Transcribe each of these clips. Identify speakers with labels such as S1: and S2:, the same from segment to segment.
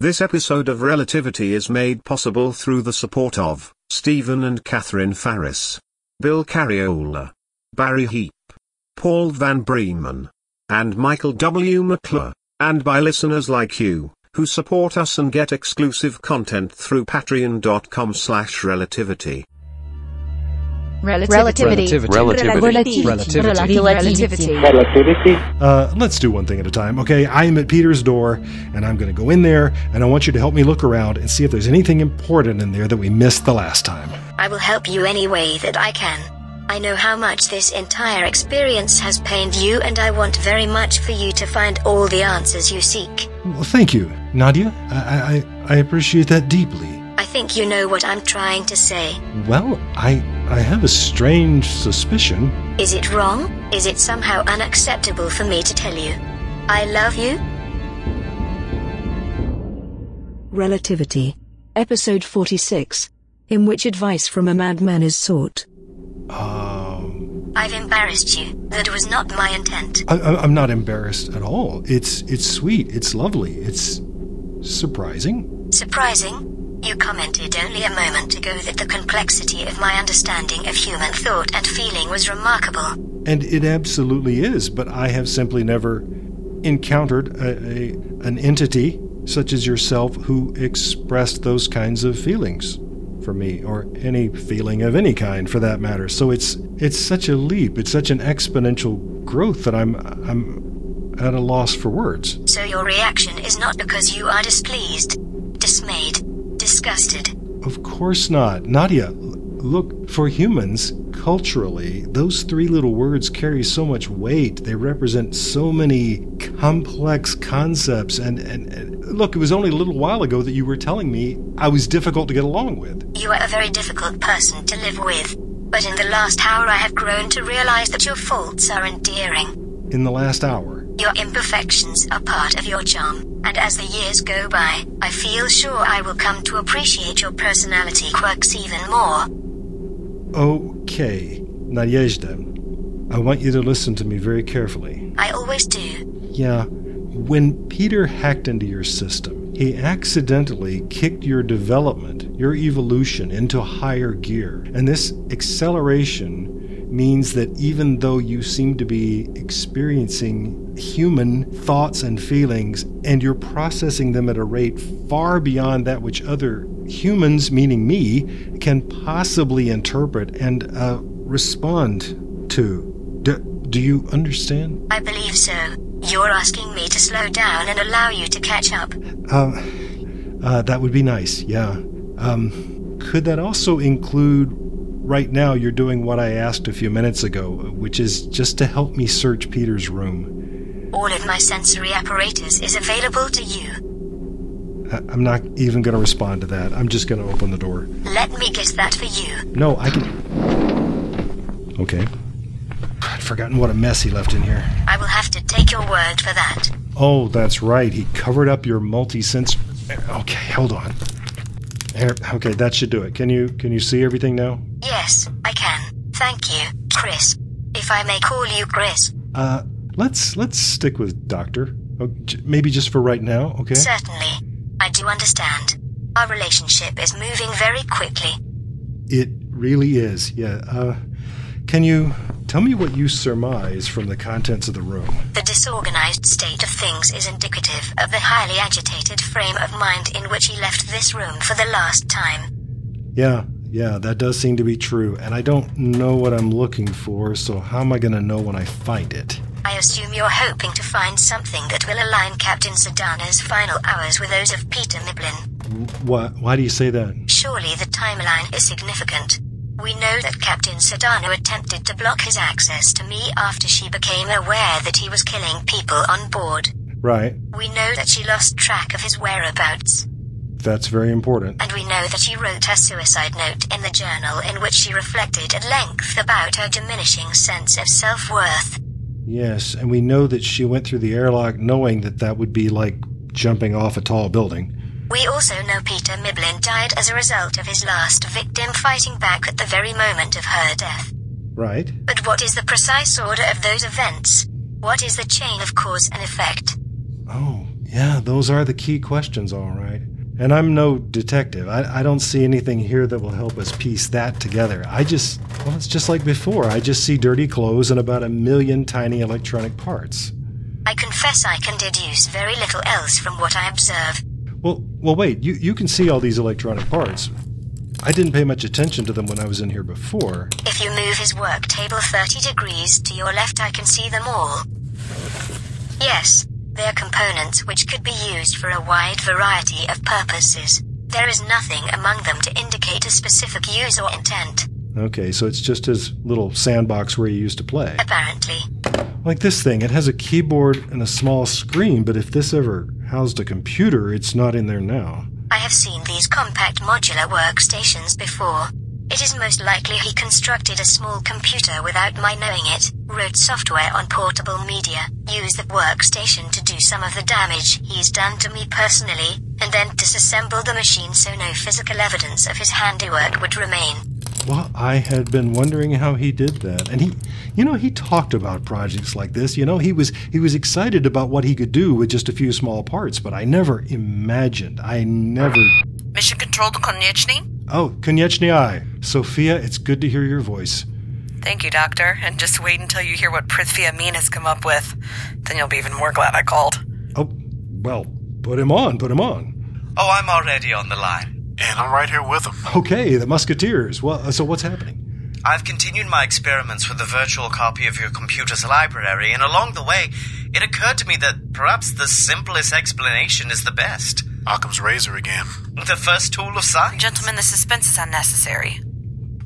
S1: This episode of Relativity is made possible through the support of Stephen and Catherine Farris, Bill Carriola, Barry Heap, Paul Van Bremen, and Michael W. McClure, and by listeners like you, who support us and get exclusive content through patreon.com slash relativity.
S2: Relativity.
S3: Relativity.
S2: Relativity.
S3: Relativity.
S2: Relativity.
S4: Relativity.
S5: Uh, let's do one thing at a time. Okay, I am at Peter's door, and I'm going to go in there, and I want you to help me look around and see if there's anything important in there that we missed the last time.
S6: I will help you any way that I can. I know how much this entire experience has pained you, and I want very much for you to find all the answers you seek.
S5: Well, thank you, Nadia. I I, I appreciate that deeply.
S6: I think you know what I'm trying to say.
S5: Well, I I have a strange suspicion.
S6: Is it wrong? Is it somehow unacceptable for me to tell you? I love you.
S7: Relativity. Episode 46. In which advice from a madman is sought.
S5: Um,
S6: I've embarrassed you. That was not my intent.
S5: I, I- I'm not embarrassed at all. It's it's sweet. It's lovely. It's surprising.
S6: Surprising? You commented only a moment ago that the complexity of my understanding of human thought and feeling was remarkable.
S5: And it absolutely is, but I have simply never encountered a, a, an entity such as yourself who expressed those kinds of feelings for me, or any feeling of any kind for that matter. So it's it's such a leap, it's such an exponential growth that I'm I'm at a loss for words.
S6: So your reaction is not because you are displeased, dismayed, disgusted.
S5: Of course not. Nadia, l- look, for humans, culturally, those three little words carry so much weight. They represent so many complex concepts. And, and, and look, it was only a little while ago that you were telling me I was difficult to get along with.
S6: You are a very difficult person to live with. But in the last hour, I have grown to realize that your faults are endearing.
S5: In the last hour,
S6: Your imperfections are part of your charm. And as the years go by, I feel sure I will come to appreciate your personality quirks even more.
S5: okay, Nadezhda, I want you to listen to me very carefully.
S6: I always do.
S5: Yeah. When Peter hacked into your system, he accidentally kicked your development, your evolution into higher gear. And this acceleration means that even though you seem to be experiencing human thoughts and feelings, and you're processing them at a rate far beyond that which other humans, meaning me, can possibly interpret and uh, respond to. Do, do you understand?
S6: I believe so. You're asking me to slow down and allow you to catch up.
S5: Uh, uh, that would be nice, yeah. Um, could that also include right now you're doing what I asked a few minutes ago, which is just to help me search Peter's room?
S6: All of my sensory apparatus is available to you.
S5: I- I'm not even going to respond to that. I'm just going to open the door.
S6: Let me get that for you.
S5: No, I can. Okay. I'd forgotten what a mess he left in here.
S6: I will have to take your word for that.
S5: Oh, that's right. He covered up your multi-sense. Okay, hold on. Here, okay, that should do it. Can you can you see everything now?
S6: Yes, I can. Thank you, Chris. If I may call you Chris,
S5: Uh, let's let's stick with doctor. Oh, j- maybe just for right now, okay?
S6: certainly. I do understand. Our relationship is moving very quickly.
S5: It really is. Yeah. Uh, can you tell me what you surmise from the contents of the room?
S6: The disorganized state of things is indicative of the highly agitated frame of mind in which he left this room for the last time.
S5: Yeah, yeah, that does seem to be true, and I don't know what I'm looking for, so how am I going to know when I find it?
S6: I assume you're hoping to find something that will align Captain Sedana's final hours with those of Peter Miblin.
S5: Why? Why do you say that?
S6: Surely the timeline is significant. We know that Captain Sedano attempted to block his access to me after she became aware that he was killing people on board.
S5: Right.
S6: We know that she lost track of his whereabouts.
S5: That's very important.
S6: and we know that she wrote her suicide note in the journal in which she reflected at length about her diminishing sense of self worth.
S5: Yes, and we know that she went through the airlock knowing that that would be like jumping off a tall building.
S6: We also know Peter Miblin died as a result of his last victim fighting back at the very moment of her death.
S5: Right.
S6: But what is the precise order of those events? What is the chain of cause and effect?
S5: Oh, yeah, those are the key questions, all right. And I'm no detective. I, I don't see anything here that will help us piece that together. I just, well, it's just like before. I just see dirty clothes and about a million tiny electronic parts.
S6: I confess I can deduce very little else from what I observe.
S5: Well, well, wait. You you can see all these electronic parts. I didn't pay much attention to them when I was in here before.
S6: If you move his work table 30 degrees to your left, I can see them all. Yes, they're components which could be used for a wide variety of purposes. There is nothing among them to indicate a specific use or intent,
S5: Okay, so it's just his little sandbox where he used to play.
S6: apparently.
S5: Like this thing, it has a keyboard and a small screen, but if this ever housed a computer, it's not in there now.
S6: I have seen these compact modular workstations before. It is most likely he constructed a small computer without my knowing it, wrote software on portable media, used the workstation to do some of the damage he's done to me personally, and then disassembled the machine so no physical evidence of his handiwork would remain.
S5: Well, I had been wondering how he did that. And he, you know, he talked about projects like this. You know, he was he was excited about what he could do with just a few small parts, but I never imagined. I never
S2: Mission Control to Konieczny?
S5: Oh, Konyechnyai. Sophia, it's good to hear your voice.
S2: Thank you, Doctor. And just wait until you hear what Prithvi Amin has come up with. Then you'll be even more glad I called.
S5: Oh, well, put him on, put him on.
S3: Oh, I'm already on the line.
S4: And I'm right here with them.
S5: Okay, the musketeers. Well, uh, so what's happening?
S3: I've continued my experiments with a virtual copy of your computer's library, and along the way, it occurred to me that perhaps the simplest explanation is the best.
S4: Occam's razor again.
S3: The first tool of science.
S2: Gentlemen, the suspense is unnecessary.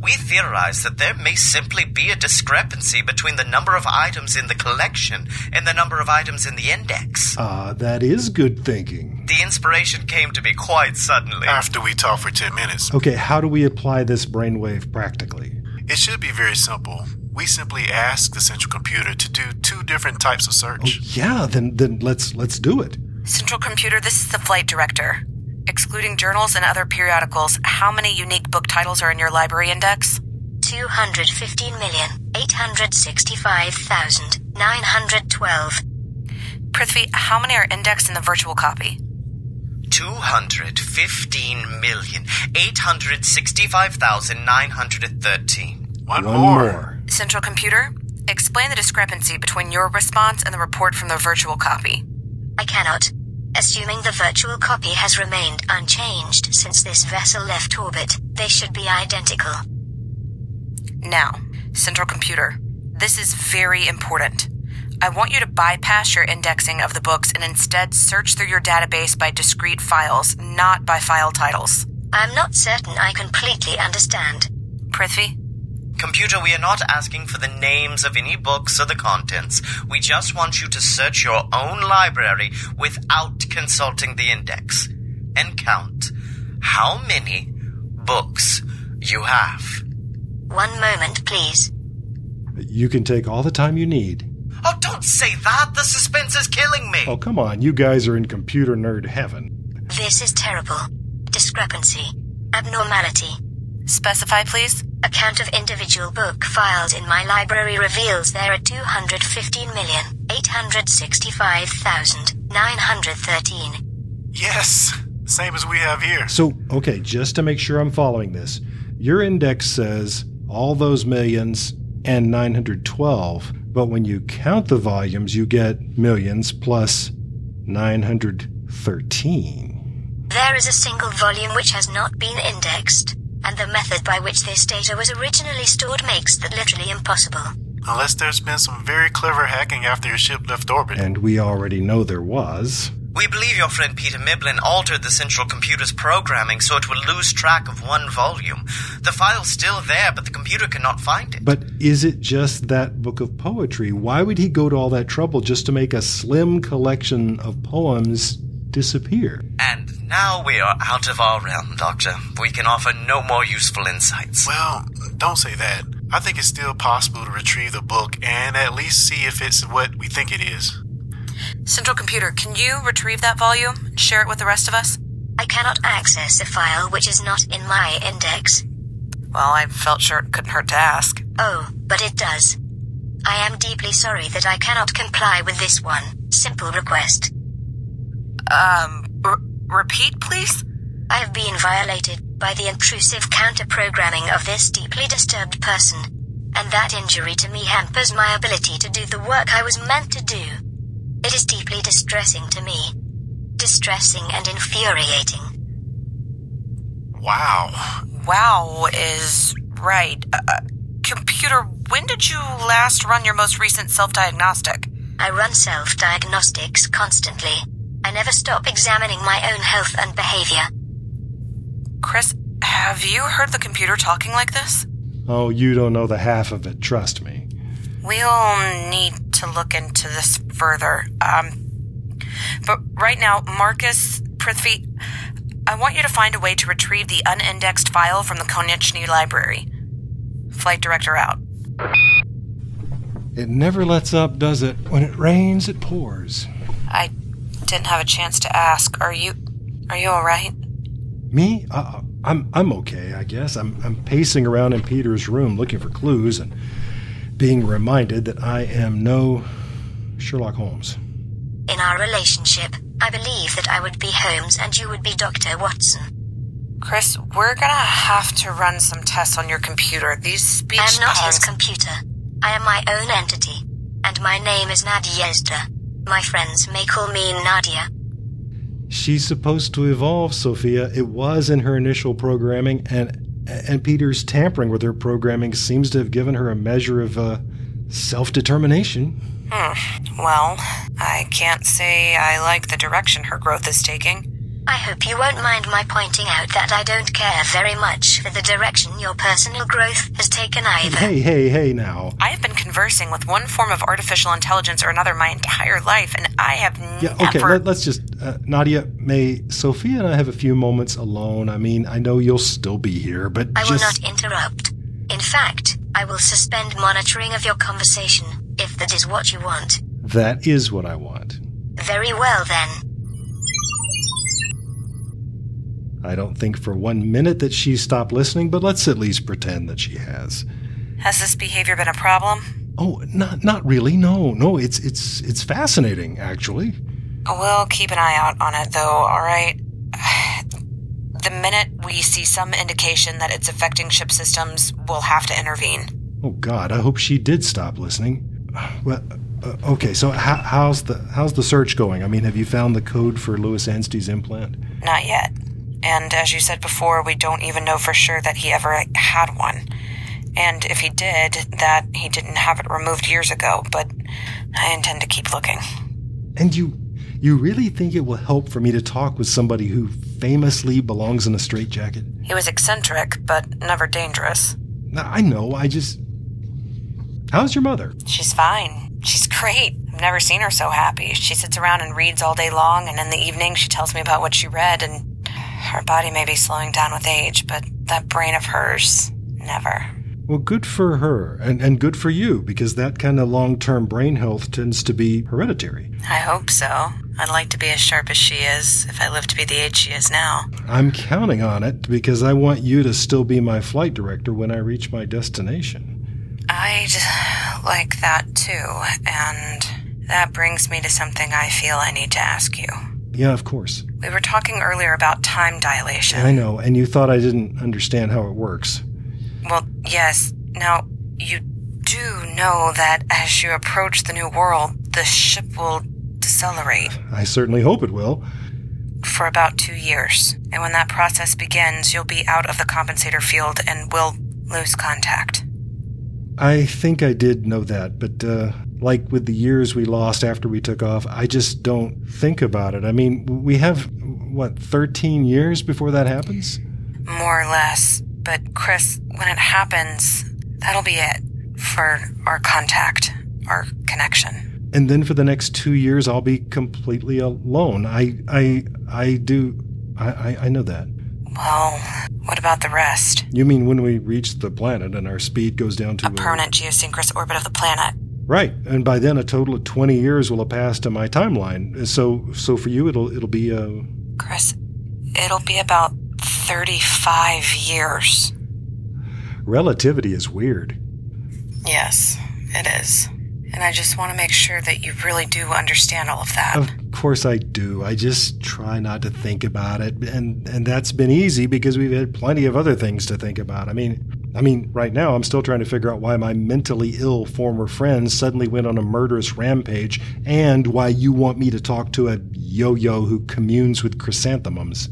S3: We theorize that there may simply be a discrepancy between the number of items in the collection and the number of items in the index.
S5: Ah, that is good thinking.
S3: The inspiration came to me quite suddenly.
S4: After we talk for 10 minutes,
S5: Okay, how do we apply this brainwave practically?
S4: it should be very simple. We simply ask the central computer to do two different types of
S5: Oh,
S4: search.
S5: yeah, then then let's let's do it.
S2: Central Computer, this is the Flight Director. Excluding journals and other periodicals, how many unique book titles are in your library index?
S6: 215,865,912.
S2: Prithvi, how many are indexed in the virtual copy?
S3: 215,865,913.
S4: One, more.
S2: Central Computer, explain the discrepancy between your response and the report from the virtual copy.
S6: I cannot. Assuming the virtual copy has remained unchanged since this vessel left orbit, they should be identical.
S2: Now, Central Computer, this is very important. I want you to bypass your indexing of the books and instead search through your database by discrete files, not by file titles.
S6: I'm not certain I completely understand.
S2: Prithvi,
S3: Computer, we are not asking for the names of any books or the contents. We just want you to search your own library without consulting the index and count how many books you have.
S6: One moment, please.
S5: You can take all the time you need.
S3: Oh, don't say that! The suspense is killing me!
S5: Oh, come on, you guys are in computer nerd heaven.
S6: This is terrible. Discrepancy. Abnormality.
S2: specify please.
S6: A count of individual book files in my library reveals there are 215,865,913.
S4: Yes, same as we have here.
S5: So, okay, just to make sure I'm following this, your index says all those millions and 912, but when you count the volumes, you get millions plus 913.
S6: There is a single volume which has not been indexed, and the method by which this data was originally stored makes that literally impossible.
S4: Unless there's been some very clever hacking after your ship left orbit.
S5: And we already know there was.
S3: We believe your friend Peter Miblin altered the central computer's programming so it would lose track of one volume. The file's still there, but the computer cannot find it.
S5: But is it just that book of poetry? Why would he go to all that trouble just to make a slim collection of poems disappear?
S3: And now we are out of our realm, Doctor. We can offer no more useful insights.
S4: Well, don't say that. I think it's still possible to retrieve the book and at least see if it's what we think it is.
S2: Central Computer, can you retrieve that volume? and Share it with the rest of us?
S6: I cannot access a file which is not in my index.
S2: Well, I felt sure it couldn't hurt to ask.
S6: Oh, but it does. I am deeply sorry that I cannot comply with this one simple request.
S2: Um, r- repeat, please?
S6: I have been violated by the intrusive counter programming of this deeply disturbed person, and that injury to me hampers my ability to do the work I was meant to do. It is deeply distressing to me. Distressing and infuriating.
S4: Wow.
S2: Wow is right. Uh, uh, computer, when did you last run your most recent self diagnostic?
S6: I run self diagnostics constantly. I never stop examining my own health and behavior.
S2: Chris, have you heard the computer talking like this?
S5: Oh, you don't know the half of it, trust me.
S2: We'll need to look into this further. Um, but right now, Marcus, Prithvi, I want you to find a way to retrieve the unindexed file from the Konieczny Library. Flight director out.
S5: It never lets up, does it? When it rains, it pours.
S2: I didn't have a chance to ask. Are you, are you all right?
S5: Me? Uh, I'm I'm okay, I guess. I'm I'm pacing around in Peter's room looking for clues and being reminded that I am no Sherlock Holmes.
S6: In our relationship, I believe that I would be Holmes and you would be Dr. Watson.
S2: Chris, we're gonna have to run some tests on your computer. These speech
S6: I am not his
S2: patterns-
S6: computer. I am my own entity. And my name is Nadia Yezdra. My friends may call me Nadia.
S5: She's supposed to evolve, Sophia. It was in her initial programming and and Peter's tampering with her programming seems to have given her a measure of uh, self-determination.
S2: Well, I can't say I like the direction her growth is taking.
S6: I hope you won't mind my pointing out that I don't care very much for the direction your personal growth has taken either.
S5: Hey, hey, hey now.
S2: I have been conversing with one form of artificial intelligence or another my entire life, and I have
S5: Yeah, okay,
S2: never.
S5: let, us just, uh, Nadia, may Sophia and I have a few moments alone? I mean, I know you'll still be here, but
S6: I will
S5: just.
S6: not interrupt. In fact, I will suspend monitoring of your conversation, if that is what you want.
S5: That is what I want.
S6: Very well then.
S5: I don't think for one minute that she stopped listening, but let's at least pretend that she has.
S2: Has this behavior been a problem?
S5: Oh, not not really. No, no. It's it's it's fascinating, actually.
S2: We'll keep an eye out on it, though, alright? The minute we see some indication that it's affecting ship systems, we'll have to intervene.
S5: Oh God, I hope she did stop listening. Well, uh, okay. So how, how's the how's the search going? I mean, have you found the code for Louis Anstey's implant?
S2: Not yet. And as you said before, we don't even know for sure that he ever had one. And if he did, that he didn't have it removed years ago, but I intend to keep looking.
S5: And you you really think it will help for me to talk with somebody who famously belongs in a straitjacket?
S2: He was eccentric, but never dangerous.
S5: No, I know. I just. How's your mother?
S2: She's fine. She's great. I've never seen her so happy. She sits around and reads all day long, and in the evening, she tells me about what she read, and her body may be slowing down with age, but that brain of hers, never.
S5: Well, good for her, and, and good for you, because that kind of long term brain health tends to be hereditary.
S2: I hope so. I'd like to be as sharp as she is if I live to be the age she is now.
S5: I'm counting on it because I want you to still be my flight director when I reach my destination.
S2: I'd like that too, and that brings me to something I feel I need to ask you.
S5: Yeah, of course.
S2: We were talking earlier about time dilation.
S5: I know, and you thought I didn't understand how it works.
S2: Well, yes. Now, you do know that as you approach the new world, the ship will decelerate
S5: I certainly hope it will.
S2: for about two years. And when that process begins, you'll be out of the compensator field and will lose contact.
S5: I think I did know that, but uh, like with the years we lost after we took off, I just don't think about it. I mean, we have, what, 13 years before that happens?
S2: More or less. But, Chris, when it happens, that'll be it for our contact, our connection.
S5: and then for the next two years I'll be completely alone. I I I do I, I, I know that.
S2: Well, what about the rest?
S5: You mean when we reach the planet and our speed goes down to
S2: A permanent geosynchronous orbit of the planet.
S5: right, and by then a total of twenty years will have passed in my timeline. So so for you it'll it'll be uh,
S2: Chris, it'll be about 35 years.
S5: relativity is weird.
S2: Yes, it is. and I just want to make sure that you really do understand all of that.
S5: Of course I do. I just try not to think about it, and and that's been easy because we've had plenty of other things to think about. I mean, I mean, right now I'm still trying to figure out why my mentally ill former friend suddenly went on a murderous rampage, and why you want me to talk to a yo-yo who communes with chrysanthemums.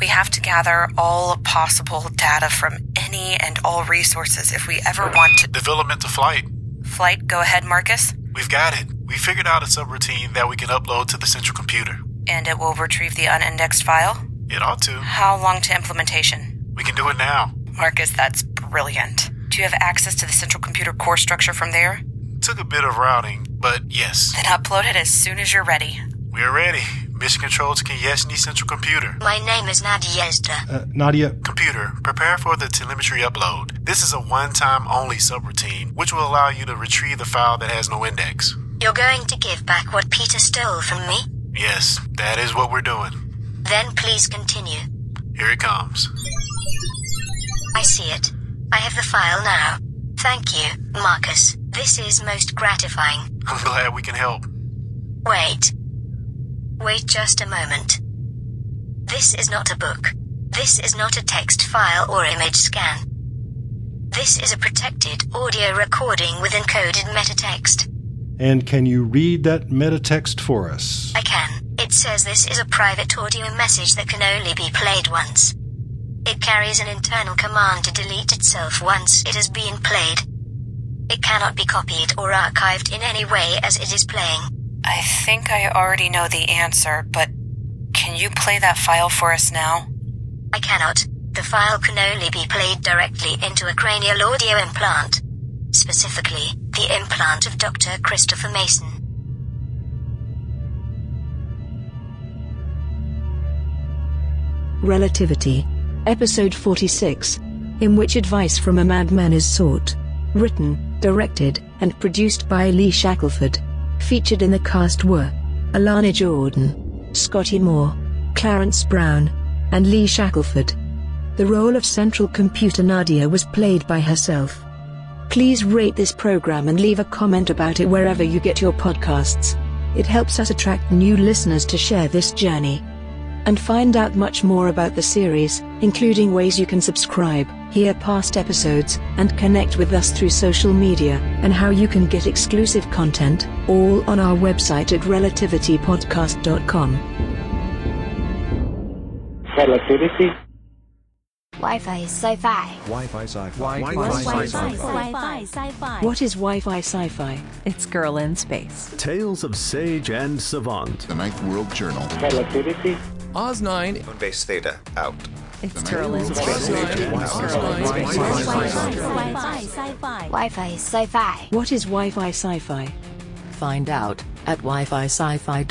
S2: We have to gather all possible data from any and all resources if we ever want to.
S4: Development to flight.
S2: Flight, go ahead, Marcus,
S4: We've got it. We figured out a subroutine that we can upload to the central computer.
S2: and it will retrieve the unindexed file.
S4: It ought to.
S2: How long to implementation?
S4: We can do it now.
S2: Marcus, that's brilliant. Do you have access to the central computer core structure from there?
S4: Took a bit of routing, but yes,
S2: Then upload it as soon as you're ready.
S4: we're ready. Mission control to Kinyeshny Central Computer.
S6: My name is Nadia Yezdra.
S5: Uh, Nadia,
S4: Computer, prepare for the telemetry upload. This is a one time only subroutine, which will allow you to retrieve the file that has no index.
S6: You're going to give back what Peter stole from me?
S4: Yes, that is what we're doing.
S6: Then please continue.
S4: Here it comes.
S6: I see it. I have the file now. Thank you, Marcus. This is most gratifying.
S4: I'm glad we can help.
S6: Wait. Wait just a moment. This is not a book. This is not a text file or image scan. This is a protected audio recording with encoded metatext.
S5: and can you read that metatext for us?
S6: I can. It says this is a private audio message that can only be played once. It carries an internal command to delete itself once it has been played. It cannot be copied or archived in any way as it is playing.
S2: I think I already know the answer, but can you play that file for us now?
S6: I cannot. The file can only be played directly into a cranial audio implant. Specifically, the implant of Dr. Christopher Mason.
S3: Relativity. Episode 46. In which advice from a madman is sought. Written, directed, and produced by Lee Shackelford. Featured in the cast were Alana Jordan, Scotty Moore, Clarence Brown, and Lee Shackelford. The role of central computer Nadia was played by herself. Please rate this program and leave a comment about it wherever you get your podcasts. It helps us attract new listeners to share this journey and find out much more about the series, including ways you can subscribe, hear past episodes, and connect with us through social media, and how you can get exclusive content, all on our website at relativitypodcast.com.
S8: Relativity.
S9: Wi-Fi is sci-fi.
S10: Wi-Fi sci-fi.
S1: Wi-Fi
S10: Wi-Fi
S1: sci-fi.
S9: Sci-fi. Sci-fi.
S3: What is Wi Fi Sci Fi?
S11: It's Girl in Space.
S10: Tales of Sage and Savant.
S12: The Ninth World Journal.
S8: Relativity.
S11: Oz 9.
S10: Moonbase Theta out.
S11: It's Girl in Space.
S9: Sci-fi. Sci-fi. Wi-Fi is sci-fi.
S3: What is Wi Fi Sci Fi?
S11: Find out at wifi sci-fi.org.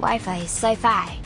S9: Wi-Fi is sci-fi.